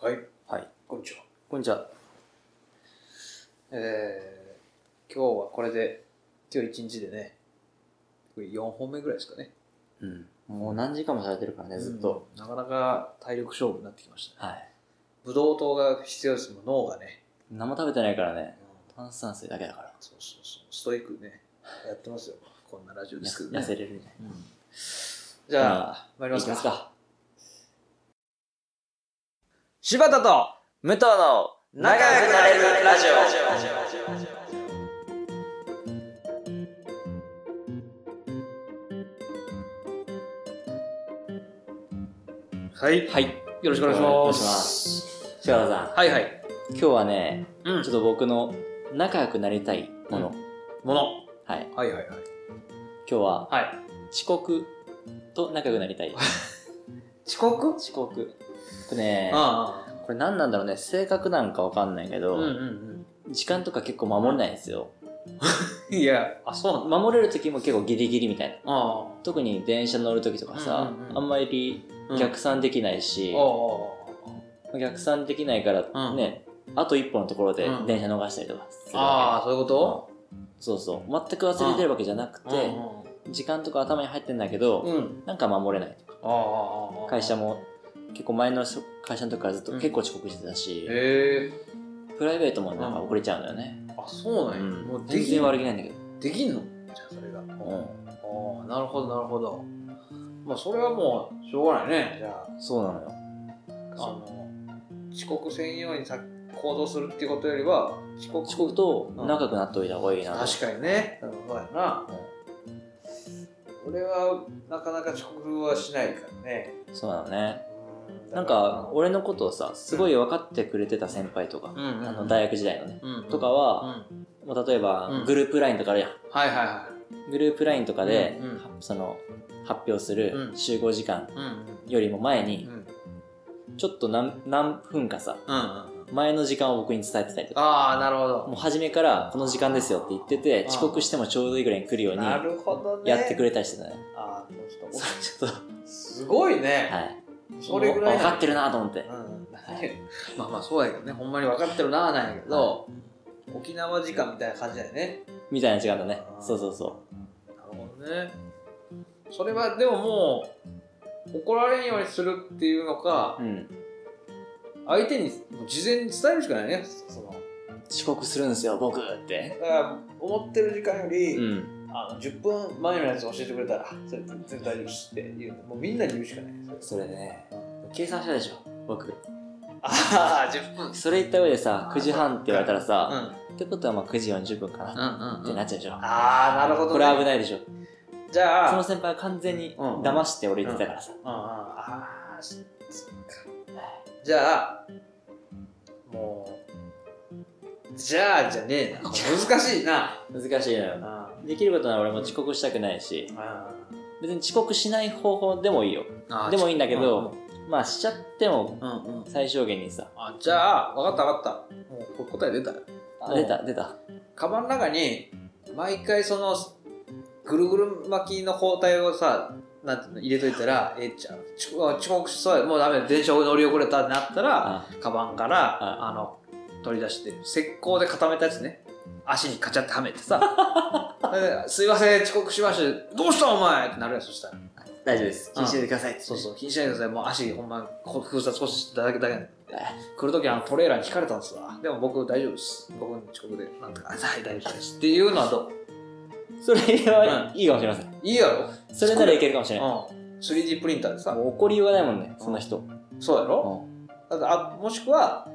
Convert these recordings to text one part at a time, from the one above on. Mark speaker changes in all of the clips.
Speaker 1: はい、
Speaker 2: はい、
Speaker 1: こんにちは。
Speaker 2: こんにちは。えー、今日はこれで、今日一日でね、これ4本目ぐらいですかね。
Speaker 3: うん。もう何時間もされてるからね、ずっと。
Speaker 2: うん。なかなか体力勝負になってきましたね。
Speaker 3: はい。
Speaker 2: ブドウ糖が必要ですもん、脳がね。
Speaker 3: 何も食べてないからね。
Speaker 2: うん
Speaker 3: 炭酸水だけだから。
Speaker 2: そうそうそう。ストイックにね、やってますよ。こんなラジオですけど、ね。
Speaker 3: 痩せれるね。
Speaker 2: うんじゃあ、参りま
Speaker 3: い
Speaker 2: す
Speaker 3: き
Speaker 2: か。
Speaker 3: ますか。
Speaker 2: 柴田と
Speaker 3: 武藤の仲良くなれるラジ
Speaker 2: はい。
Speaker 3: オ。はい。
Speaker 2: よろしくお願いし
Speaker 3: お願
Speaker 2: ま。
Speaker 3: いします柴田さん、
Speaker 2: はいはい。
Speaker 3: 今日はね、
Speaker 2: うん
Speaker 3: ちょっと僕の仲良くなりたいもの。
Speaker 2: もの。
Speaker 3: はい。今
Speaker 2: はいはいはい。
Speaker 3: 日は、
Speaker 2: はい。
Speaker 3: 遅刻と仲良くなり たい。
Speaker 2: 遅刻
Speaker 3: 遅刻。これね、
Speaker 2: ああ。
Speaker 3: これ何なんだろうね。性格なんかわかんないけ
Speaker 2: う
Speaker 3: ど、
Speaker 2: んうん
Speaker 3: 時間とか結構守れないんですよ。
Speaker 2: うん。いや、あ、そうなんだ。
Speaker 3: 守れる時も結構ギリギリみたいな。
Speaker 2: あ
Speaker 3: 特に電車乗る時とかさ、
Speaker 2: うんうんうん
Speaker 3: あんまり
Speaker 2: あ。うん
Speaker 3: 逆算できないし、
Speaker 2: あああ
Speaker 3: 逆算できないからね、あと一歩のところで
Speaker 2: うん
Speaker 3: 電車逃したりとかする
Speaker 2: ああああ、
Speaker 3: わ
Speaker 2: そういうこ
Speaker 3: け
Speaker 2: と
Speaker 3: うんそうそう全く忘れてるわけじゃなくて、時間とか頭に入ってんだけど、
Speaker 2: うん。うん。
Speaker 3: なんか守れないとか
Speaker 2: ああああああ。
Speaker 3: 会社。も結構前のそ会社の時からずっと
Speaker 2: うん
Speaker 3: 結構遅刻してたし、
Speaker 2: へえ。
Speaker 3: プライベートもなんか遅れちゃうんだよね、
Speaker 2: あ、そうなんや。
Speaker 3: うん
Speaker 2: もうで
Speaker 3: 全
Speaker 2: きん
Speaker 3: 然悪気ないんだけど、
Speaker 2: できんのじゃあそれが。
Speaker 3: う
Speaker 2: ああ、なるほど、なるほど。まあ、それはもう、しょうがないね。じゃあ、
Speaker 3: ん、そうなのよ
Speaker 2: あの、遅刻せんようにさ行動するっていうことよりは、遅刻
Speaker 3: 遅刻と仲良くなっておいた方がいいなと、
Speaker 2: 確かにね。うんそうやな。俺は、なかなか遅刻はしないからね。
Speaker 3: うんそうなのね
Speaker 2: う
Speaker 3: なんか、俺のことをさすごい分かってくれてた先輩とか、
Speaker 2: うんうんうん、
Speaker 3: あの大学時代のね、
Speaker 2: うん
Speaker 3: とか
Speaker 2: う
Speaker 3: は、
Speaker 2: ん、
Speaker 3: もう例え
Speaker 2: う
Speaker 3: ば
Speaker 2: ん
Speaker 3: グループ LINE とかあるやん、
Speaker 2: はいはいは
Speaker 3: グループ LINE とかで、
Speaker 2: うんうん
Speaker 3: はその発表する
Speaker 2: うん
Speaker 3: 集合時間
Speaker 2: い。うん
Speaker 3: よりも前
Speaker 2: うん。
Speaker 3: に
Speaker 2: う、ん
Speaker 3: ちょっと何何分かさ
Speaker 2: うんうん。
Speaker 3: 前の時間を僕に伝えてたりとか
Speaker 2: ああ、なるほ
Speaker 3: もう
Speaker 2: ど。
Speaker 3: 初めからこの時間ですよって言ってて
Speaker 2: あー
Speaker 3: 遅刻してもちょうどいいぐらいに来るように
Speaker 2: なるほどね。
Speaker 3: やってくれたりしてたね
Speaker 2: ああ、ちょっ
Speaker 3: そ
Speaker 2: と、
Speaker 3: うちょっ と
Speaker 2: すごいね。
Speaker 3: はい
Speaker 2: それぐらい
Speaker 3: 分かってるなと思って
Speaker 2: うん まあまあそうやけどねほんまに分かってるなあなんやけど、沖縄時間みたいな感じだよね
Speaker 3: みたいな時間だねそうそうそう
Speaker 2: なるほどねそれはでももう怒られんようにするっていうのか
Speaker 3: ううん
Speaker 2: 相手にもう事前に伝えるしかないねその
Speaker 3: 遅刻するんですよ僕って
Speaker 2: だから思ってる時間より、
Speaker 3: うん
Speaker 2: あの10分前のやつ教えてくれたらそれ全然大丈夫ですって言うもうみんなに言うしかない
Speaker 3: それね計算したでしょ僕
Speaker 2: ああ10分うん
Speaker 3: それ言った上でさ9時半って言われたらさ、
Speaker 2: うん
Speaker 3: ってことはまあ9時40分かな
Speaker 2: うん
Speaker 3: っ
Speaker 2: う
Speaker 3: て
Speaker 2: ん
Speaker 3: なっちゃうでしょ、
Speaker 2: ああなるほど、ね、
Speaker 3: これ危ないでしょ
Speaker 2: じゃあ
Speaker 3: その先輩は完全に
Speaker 2: うん
Speaker 3: 騙して俺言ってたからさ、
Speaker 2: うんうんああそっかじゃあもうじゃあじゃねえなこれ難しいな
Speaker 3: 難しいのよ
Speaker 2: あ
Speaker 3: できることなら俺も遅刻したくないし
Speaker 2: あ
Speaker 3: 別に遅刻しない方法でもいいよ
Speaker 2: あ
Speaker 3: でもいいんだけど、まあしちゃっても
Speaker 2: うんうん
Speaker 3: 最小限にさ
Speaker 2: あじゃあ分かった分かったもうこれ答え出たう
Speaker 3: あ
Speaker 2: ん
Speaker 3: 出た出た
Speaker 2: カバンの中に毎回そのぐるぐる巻きの包帯をさなんていうの入れといたらええちゃん遅刻遅刻しそうやもうダメ電車乗り遅れたってなったら
Speaker 3: あ
Speaker 2: カバンから、あの取り出して石膏で固めたやつね足にカチャってはめて さ「でですいません遅刻しましたどうしたお前!」ってなるやんそしたら
Speaker 3: 大丈夫です気にしないでください
Speaker 2: そうそう気にしないでくださいもう足ほんまこ封鎖少ししただけだけで
Speaker 3: あ
Speaker 2: 来る時あのトレーラーに引かれたんですわでも僕大丈夫です僕の遅刻でなんとかはい大丈夫ですっていうのはどう
Speaker 3: それは
Speaker 2: う
Speaker 3: いいかもしれません、
Speaker 2: いいやろ
Speaker 3: それならいけるかもしれない、
Speaker 2: うん、3D プリンターでさ
Speaker 3: もう怒りようがないもんねその人、
Speaker 2: そうやろ、
Speaker 3: うん
Speaker 2: だってあもしくは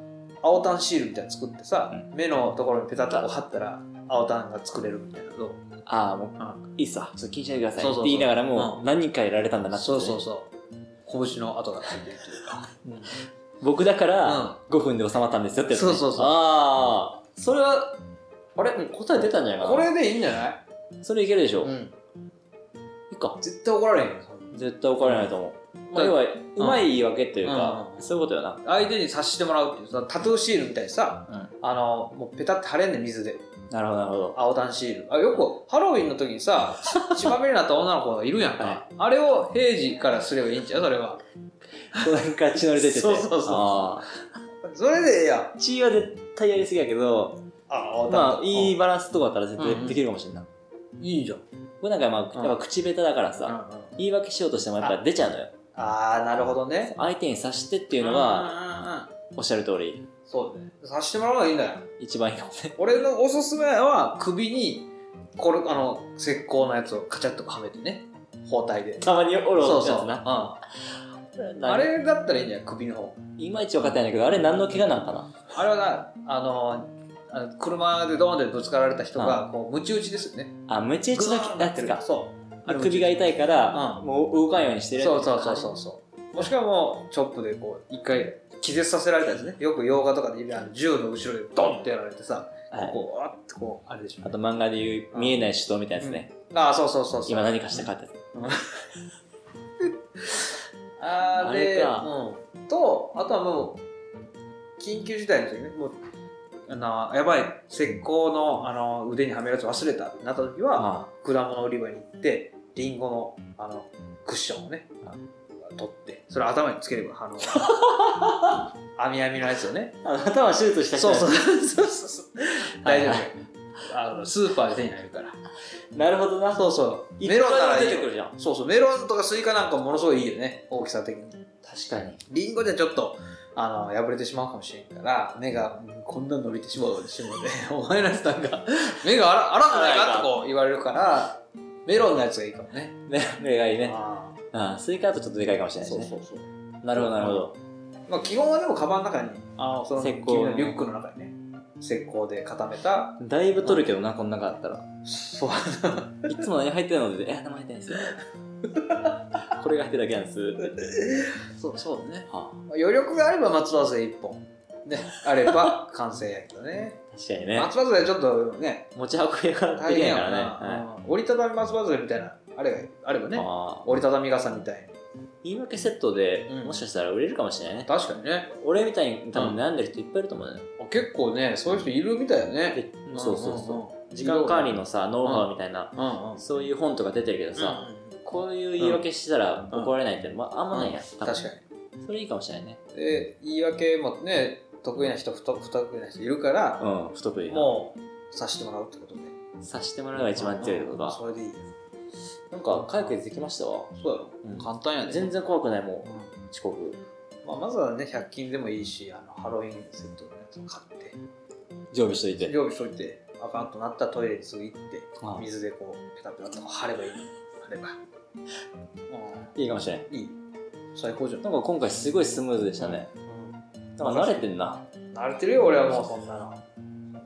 Speaker 2: 青タンシールみたいなの作ってさ、
Speaker 3: う
Speaker 2: 目のところにペタッとこう貼ったら青タンが作れるみたいなのどう
Speaker 3: ああもう
Speaker 2: う
Speaker 3: いいっすわちょっと気にしないでください
Speaker 2: そうそうそう
Speaker 3: って言いながらもう、
Speaker 2: うん
Speaker 3: 何人かやられたんだなってね、
Speaker 2: そうそうそう拳の跡がついてるというか、
Speaker 3: 僕だか
Speaker 2: うん
Speaker 3: ら5分で収まったんですよってやつね、
Speaker 2: そうそうそう
Speaker 3: ああそれはあれうん答え出たんじゃないか
Speaker 2: こ
Speaker 3: な
Speaker 2: れでいいんじゃない、
Speaker 3: それいけるでしょ、
Speaker 2: う
Speaker 3: い
Speaker 2: ん、
Speaker 3: いか
Speaker 2: 絶対怒られへんよ
Speaker 3: 絶対怒られないと思う、まあ、要はうまい言い訳というか、
Speaker 2: うん
Speaker 3: そういうことよな
Speaker 2: 相手に察してもらうっていうさタトゥーシールみたいにさ、
Speaker 3: う
Speaker 2: あのもうペタッて貼れんねん水で
Speaker 3: なるほどなるほど
Speaker 2: 青タンシールあよくハロウィンの時にさ ち血まみれになった女の子がいるやんか、
Speaker 3: はい
Speaker 2: あれを平時からすればいいんちゃうそれは
Speaker 3: その辺から血のり出て て。
Speaker 2: そうそうそうそう
Speaker 3: あ
Speaker 2: それでいいや
Speaker 3: ー血は絶対やりすぎやけど、
Speaker 2: あ
Speaker 3: まあ、いい
Speaker 2: い
Speaker 3: バランスとかだったら絶
Speaker 2: うん
Speaker 3: 対できるかもしれない。
Speaker 2: いいじゃん
Speaker 3: これなんか、まあ、
Speaker 2: うん
Speaker 3: やっぱ口下手だからさ、言い訳しようとしてもやっぱ出ちゃうのよ。
Speaker 2: ああなるほどね
Speaker 3: 相手に察してって
Speaker 2: て
Speaker 3: いうのが、
Speaker 2: が
Speaker 3: おっしゃる通り、
Speaker 2: そうだねさしてもらうのがいいんだよ
Speaker 3: 一番いいかもね。
Speaker 2: 俺のおすすめは首にこれあの石膏のやつをカチャッとはめてね包帯で
Speaker 3: たまにおる
Speaker 2: そ
Speaker 3: お
Speaker 2: う
Speaker 3: る
Speaker 2: そう、
Speaker 3: や
Speaker 2: う
Speaker 3: つ
Speaker 2: ん、
Speaker 3: な。
Speaker 2: あ
Speaker 3: あれ
Speaker 2: れだったらいいんじゃない首の方
Speaker 3: いまいち分かってないんだけど、あれ何の怪我なんかな
Speaker 2: あれはなあのあの車でドーンでぶつかられた人がこうムチ打ちですよね
Speaker 3: あ、ムチ打ち
Speaker 2: グーン
Speaker 3: の
Speaker 2: な
Speaker 3: や
Speaker 2: って
Speaker 3: つ
Speaker 2: る
Speaker 3: か。
Speaker 2: そうあれ
Speaker 3: 首が痛いから、
Speaker 2: う
Speaker 3: もう動かんようにしてる。
Speaker 2: そうそうそうそうそうもしくはもうチョップでこう一回気絶させられたんですねよく洋画とかであの銃の後ろでドンってやられてさ
Speaker 3: はい
Speaker 2: こうあってこうあれでしょ
Speaker 3: あと漫画でいう
Speaker 2: うん
Speaker 3: 見えない手動みたいなやつね。
Speaker 2: ああそうそうそうそう
Speaker 3: 今何かしたかってやつ。
Speaker 2: あーで
Speaker 3: あれか
Speaker 2: うん、とあとはもう緊急事態の時ねもうあのやばい石膏のあの腕にはめるやつ忘れたってなった時は、
Speaker 3: あ
Speaker 2: 果物売り場に行ってリンゴのあのクッションをね
Speaker 3: あ
Speaker 2: 取ってそれ頭につければあ の網網のやつをね
Speaker 3: あの頭手術した人
Speaker 2: そう
Speaker 3: だよ
Speaker 2: そうそうそうそう大丈夫、
Speaker 3: はいは
Speaker 2: あのスーパーで手に入るから
Speaker 3: なるほどな。
Speaker 2: そうそう
Speaker 3: い
Speaker 2: メ
Speaker 3: つ
Speaker 2: ロンな
Speaker 3: から
Speaker 2: ら
Speaker 3: で
Speaker 2: い
Speaker 3: も
Speaker 2: い
Speaker 3: 出てく
Speaker 2: よ
Speaker 3: るじゃん。
Speaker 2: そうそうメロンとかスイカなんかものすごいいいよね大きさ的に
Speaker 3: 確かに。
Speaker 2: リンゴじゃちょっとあの破れてしまうかもしれんから目がうんこんな伸びてしまうしまうでお前らなんか 目が荒荒くないかってこう言われるからメロンのやつがいいかもね
Speaker 3: ね、目がいいね。
Speaker 2: あー
Speaker 3: うん、スイカだとちょっとでかいかもしれないし
Speaker 2: そう
Speaker 3: ね
Speaker 2: そ。うそう。
Speaker 3: なるほど、なるほど。
Speaker 2: まあ基本はでもカバンの中に、あのその
Speaker 3: 石
Speaker 2: 君
Speaker 3: 膏
Speaker 2: のリュックの中にね、石膏で固めた、
Speaker 3: だいぶ取るけどな、こん中だったら。
Speaker 2: そう。
Speaker 3: いつも何入ってるので、え、何も入ってな いんですよ。これが入ってるだけなんです。
Speaker 2: そうそうだね。
Speaker 3: は
Speaker 2: まあ余力があれば松葉杖一本。ね、あれ ば完成やけどね。
Speaker 3: あ、確かにね。
Speaker 2: 松葉杖ちょっとね、
Speaker 3: 持ち運びが
Speaker 2: 大
Speaker 3: できな
Speaker 2: 変
Speaker 3: い
Speaker 2: や
Speaker 3: か
Speaker 2: からら
Speaker 3: ね。
Speaker 2: ね。
Speaker 3: は
Speaker 2: うん折りたたみ松葉杖みたいな、あれがあれば
Speaker 3: い。
Speaker 2: ね、
Speaker 3: ああ。
Speaker 2: 折りたたみ傘みたい
Speaker 3: 言い訳セットで
Speaker 2: うん
Speaker 3: もしかしたら売れるかもしれない
Speaker 2: な。
Speaker 3: ね。
Speaker 2: 確かにね。
Speaker 3: 俺みたいに多分悩んでる人いっぱいいると思うんだよね。
Speaker 2: あ結構ね、そういう人いるみたいよね。
Speaker 3: でそうそうそう。
Speaker 2: うん。
Speaker 3: 時間管理のさ、ノウハウみたいな、
Speaker 2: うんうん。
Speaker 3: そういう本とか出てるけどさ、こういう言い訳したら
Speaker 2: うん
Speaker 3: 怒られないって、まあ、あんまないやん、
Speaker 2: うん、確かに。
Speaker 3: に。それいいかもしれないね。
Speaker 2: で言い訳もね得意な人不得不得意な人いるから、
Speaker 3: うん、不得意な。
Speaker 2: もうさしてもらうってことで
Speaker 3: 察してもらうのが一番強いってこと
Speaker 2: うん
Speaker 3: か。
Speaker 2: それでいいよ
Speaker 3: なんか解決できましたわ。
Speaker 2: そうだろ、
Speaker 3: うん
Speaker 2: 簡単やね
Speaker 3: 全然怖くないも
Speaker 2: うん
Speaker 3: う、遅刻。
Speaker 2: まあ、まずはね100均でもいいしあのハロウィンセットのやつを買っ
Speaker 3: 常備しとい
Speaker 2: て
Speaker 3: て。
Speaker 2: 常備しといてあかんとなったらトイレにすぐ行って
Speaker 3: あ
Speaker 2: 水でこうペタペタと貼ればいい貼れば
Speaker 3: いいかもしれない。
Speaker 2: うんいい最高じゃん、
Speaker 3: なんか今回すごいスムーズでしたね。
Speaker 2: う
Speaker 3: なんか慣れてんな。
Speaker 2: ん、慣れてるよ俺はもうそんなの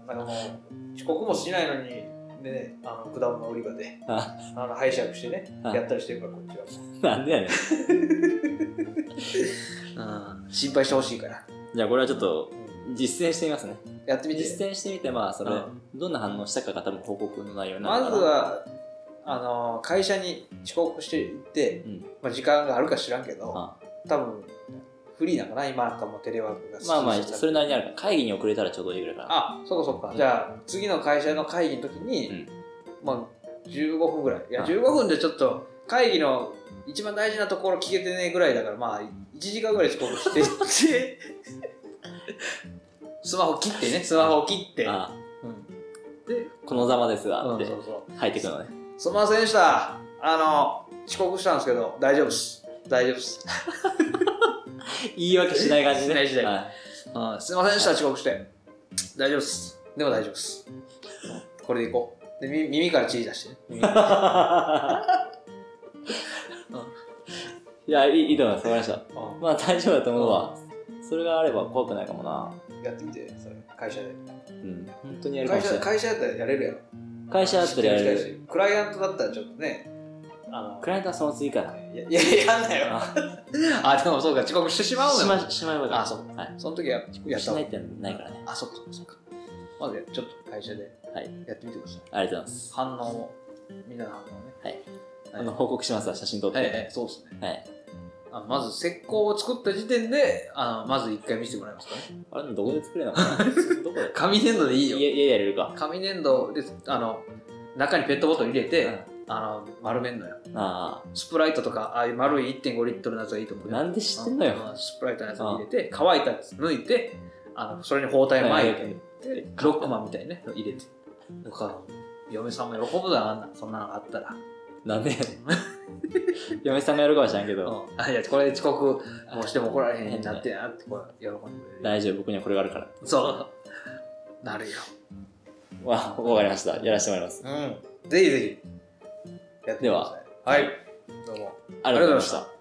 Speaker 2: なんかもう遅刻もしないのにでねあの果物売り場で
Speaker 3: あ
Speaker 2: あの拝借してね、
Speaker 3: はい
Speaker 2: やったりしてるからこっち
Speaker 3: なんでやね ん。
Speaker 2: は、心配してほしいから、
Speaker 3: じゃあこれはちょっと実践してみますね。
Speaker 2: やってみて
Speaker 3: 実践してみて、まあ、それ、
Speaker 2: うん
Speaker 3: どんな反応したかが多分報告の内容にな
Speaker 2: ま
Speaker 3: る
Speaker 2: ず
Speaker 3: から。
Speaker 2: はあの会社に遅刻していって、
Speaker 3: うん、
Speaker 2: まあ、時間があるか知らんけど
Speaker 3: あ
Speaker 2: 多分フリーなのかな今なんかもうテレワークが
Speaker 3: まあまあ、
Speaker 2: 進んでた
Speaker 3: それなりにあるから、会議に遅れたらちょうどいいぐらいかな。
Speaker 2: あそうかそうか、
Speaker 3: うん
Speaker 2: じゃあ次の会社の会議の時に、
Speaker 3: うん
Speaker 2: まあ15分ぐらいいや
Speaker 3: はい
Speaker 2: 15分でちょっと会議の一番大事なところ聞けてねえぐらいだからまあ1時間ぐらい遅刻して でスマホ切ってねスマホ切って
Speaker 3: あ
Speaker 2: うんで、
Speaker 3: このざまですが、
Speaker 2: うん
Speaker 3: って
Speaker 2: そうそう
Speaker 3: 入ってくのね。
Speaker 2: すみませんでしたあの遅刻したんですけど大丈夫っす大丈夫っす、
Speaker 3: 言い訳しない感じね。
Speaker 2: しないしない
Speaker 3: はい
Speaker 2: うん、すみませんでした遅刻して大丈夫っすでも大丈夫っすうんこれでいこうでみ耳から血出してね 耳から
Speaker 3: いや、いいいいと思います。わかりました。
Speaker 2: うん
Speaker 3: まあ、大丈夫だと思うわ。それがあれば怖くないかもな。
Speaker 2: やってみてそれ会社で
Speaker 3: うん。本当にやるかも
Speaker 2: 会
Speaker 3: し
Speaker 2: 社
Speaker 3: れない。
Speaker 2: 会社だったらやれるやろ
Speaker 3: 会社だったらやれる。
Speaker 2: クライアントだったらちょっとねあの
Speaker 3: クライアントはその次から。
Speaker 2: いやいややんなよ
Speaker 3: あ
Speaker 2: あでもそうか遅刻してしまう
Speaker 3: し
Speaker 2: のよ
Speaker 3: ましまえば
Speaker 2: あそう
Speaker 3: はい。
Speaker 2: その時はやっ
Speaker 3: したな
Speaker 2: 方
Speaker 3: いってないからね。
Speaker 2: あそっかそっかまずちょっと会社で
Speaker 3: はい
Speaker 2: やってみてください
Speaker 3: ありがとうございます。
Speaker 2: 反応をみんなの反応をね
Speaker 3: はい
Speaker 2: は
Speaker 3: あ
Speaker 2: い
Speaker 3: の、報告しますわ、写真撮って。
Speaker 2: はいはいそうですね
Speaker 3: はい。
Speaker 2: あのまず石膏を作った時点であのまず一回見せてもらえますかね
Speaker 3: あれ、どこで作れる のかなどこで
Speaker 2: 紙粘土でいいよ
Speaker 3: 家家でやれるか。
Speaker 2: 紙粘土であの中にペットボトル入れて、あの丸めんのよ
Speaker 3: あ
Speaker 2: スプライトとかああいう丸い1.5リットルのやつがいいと思う
Speaker 3: あ
Speaker 2: よ
Speaker 3: なんで知ってんのよ
Speaker 2: うんスプライトのやつに入れて乾いたやつ抜いてあのそれに包帯巻いて、でロックマンみたいにね入れてとか嫁さんも喜ぶだろあんなそんなのがあったら、
Speaker 3: なんで 嫁さんがやるかもしれんけど、
Speaker 2: うんあいやこれで遅刻もうしても怒られへんなってなってこう喜んでくれる
Speaker 3: 大丈夫僕にはこれがあるから
Speaker 2: そうなるよ
Speaker 3: わわかりましたやらせてもらいます
Speaker 2: うんぜひぜひやってくださいはいどうも
Speaker 3: ありがとうございました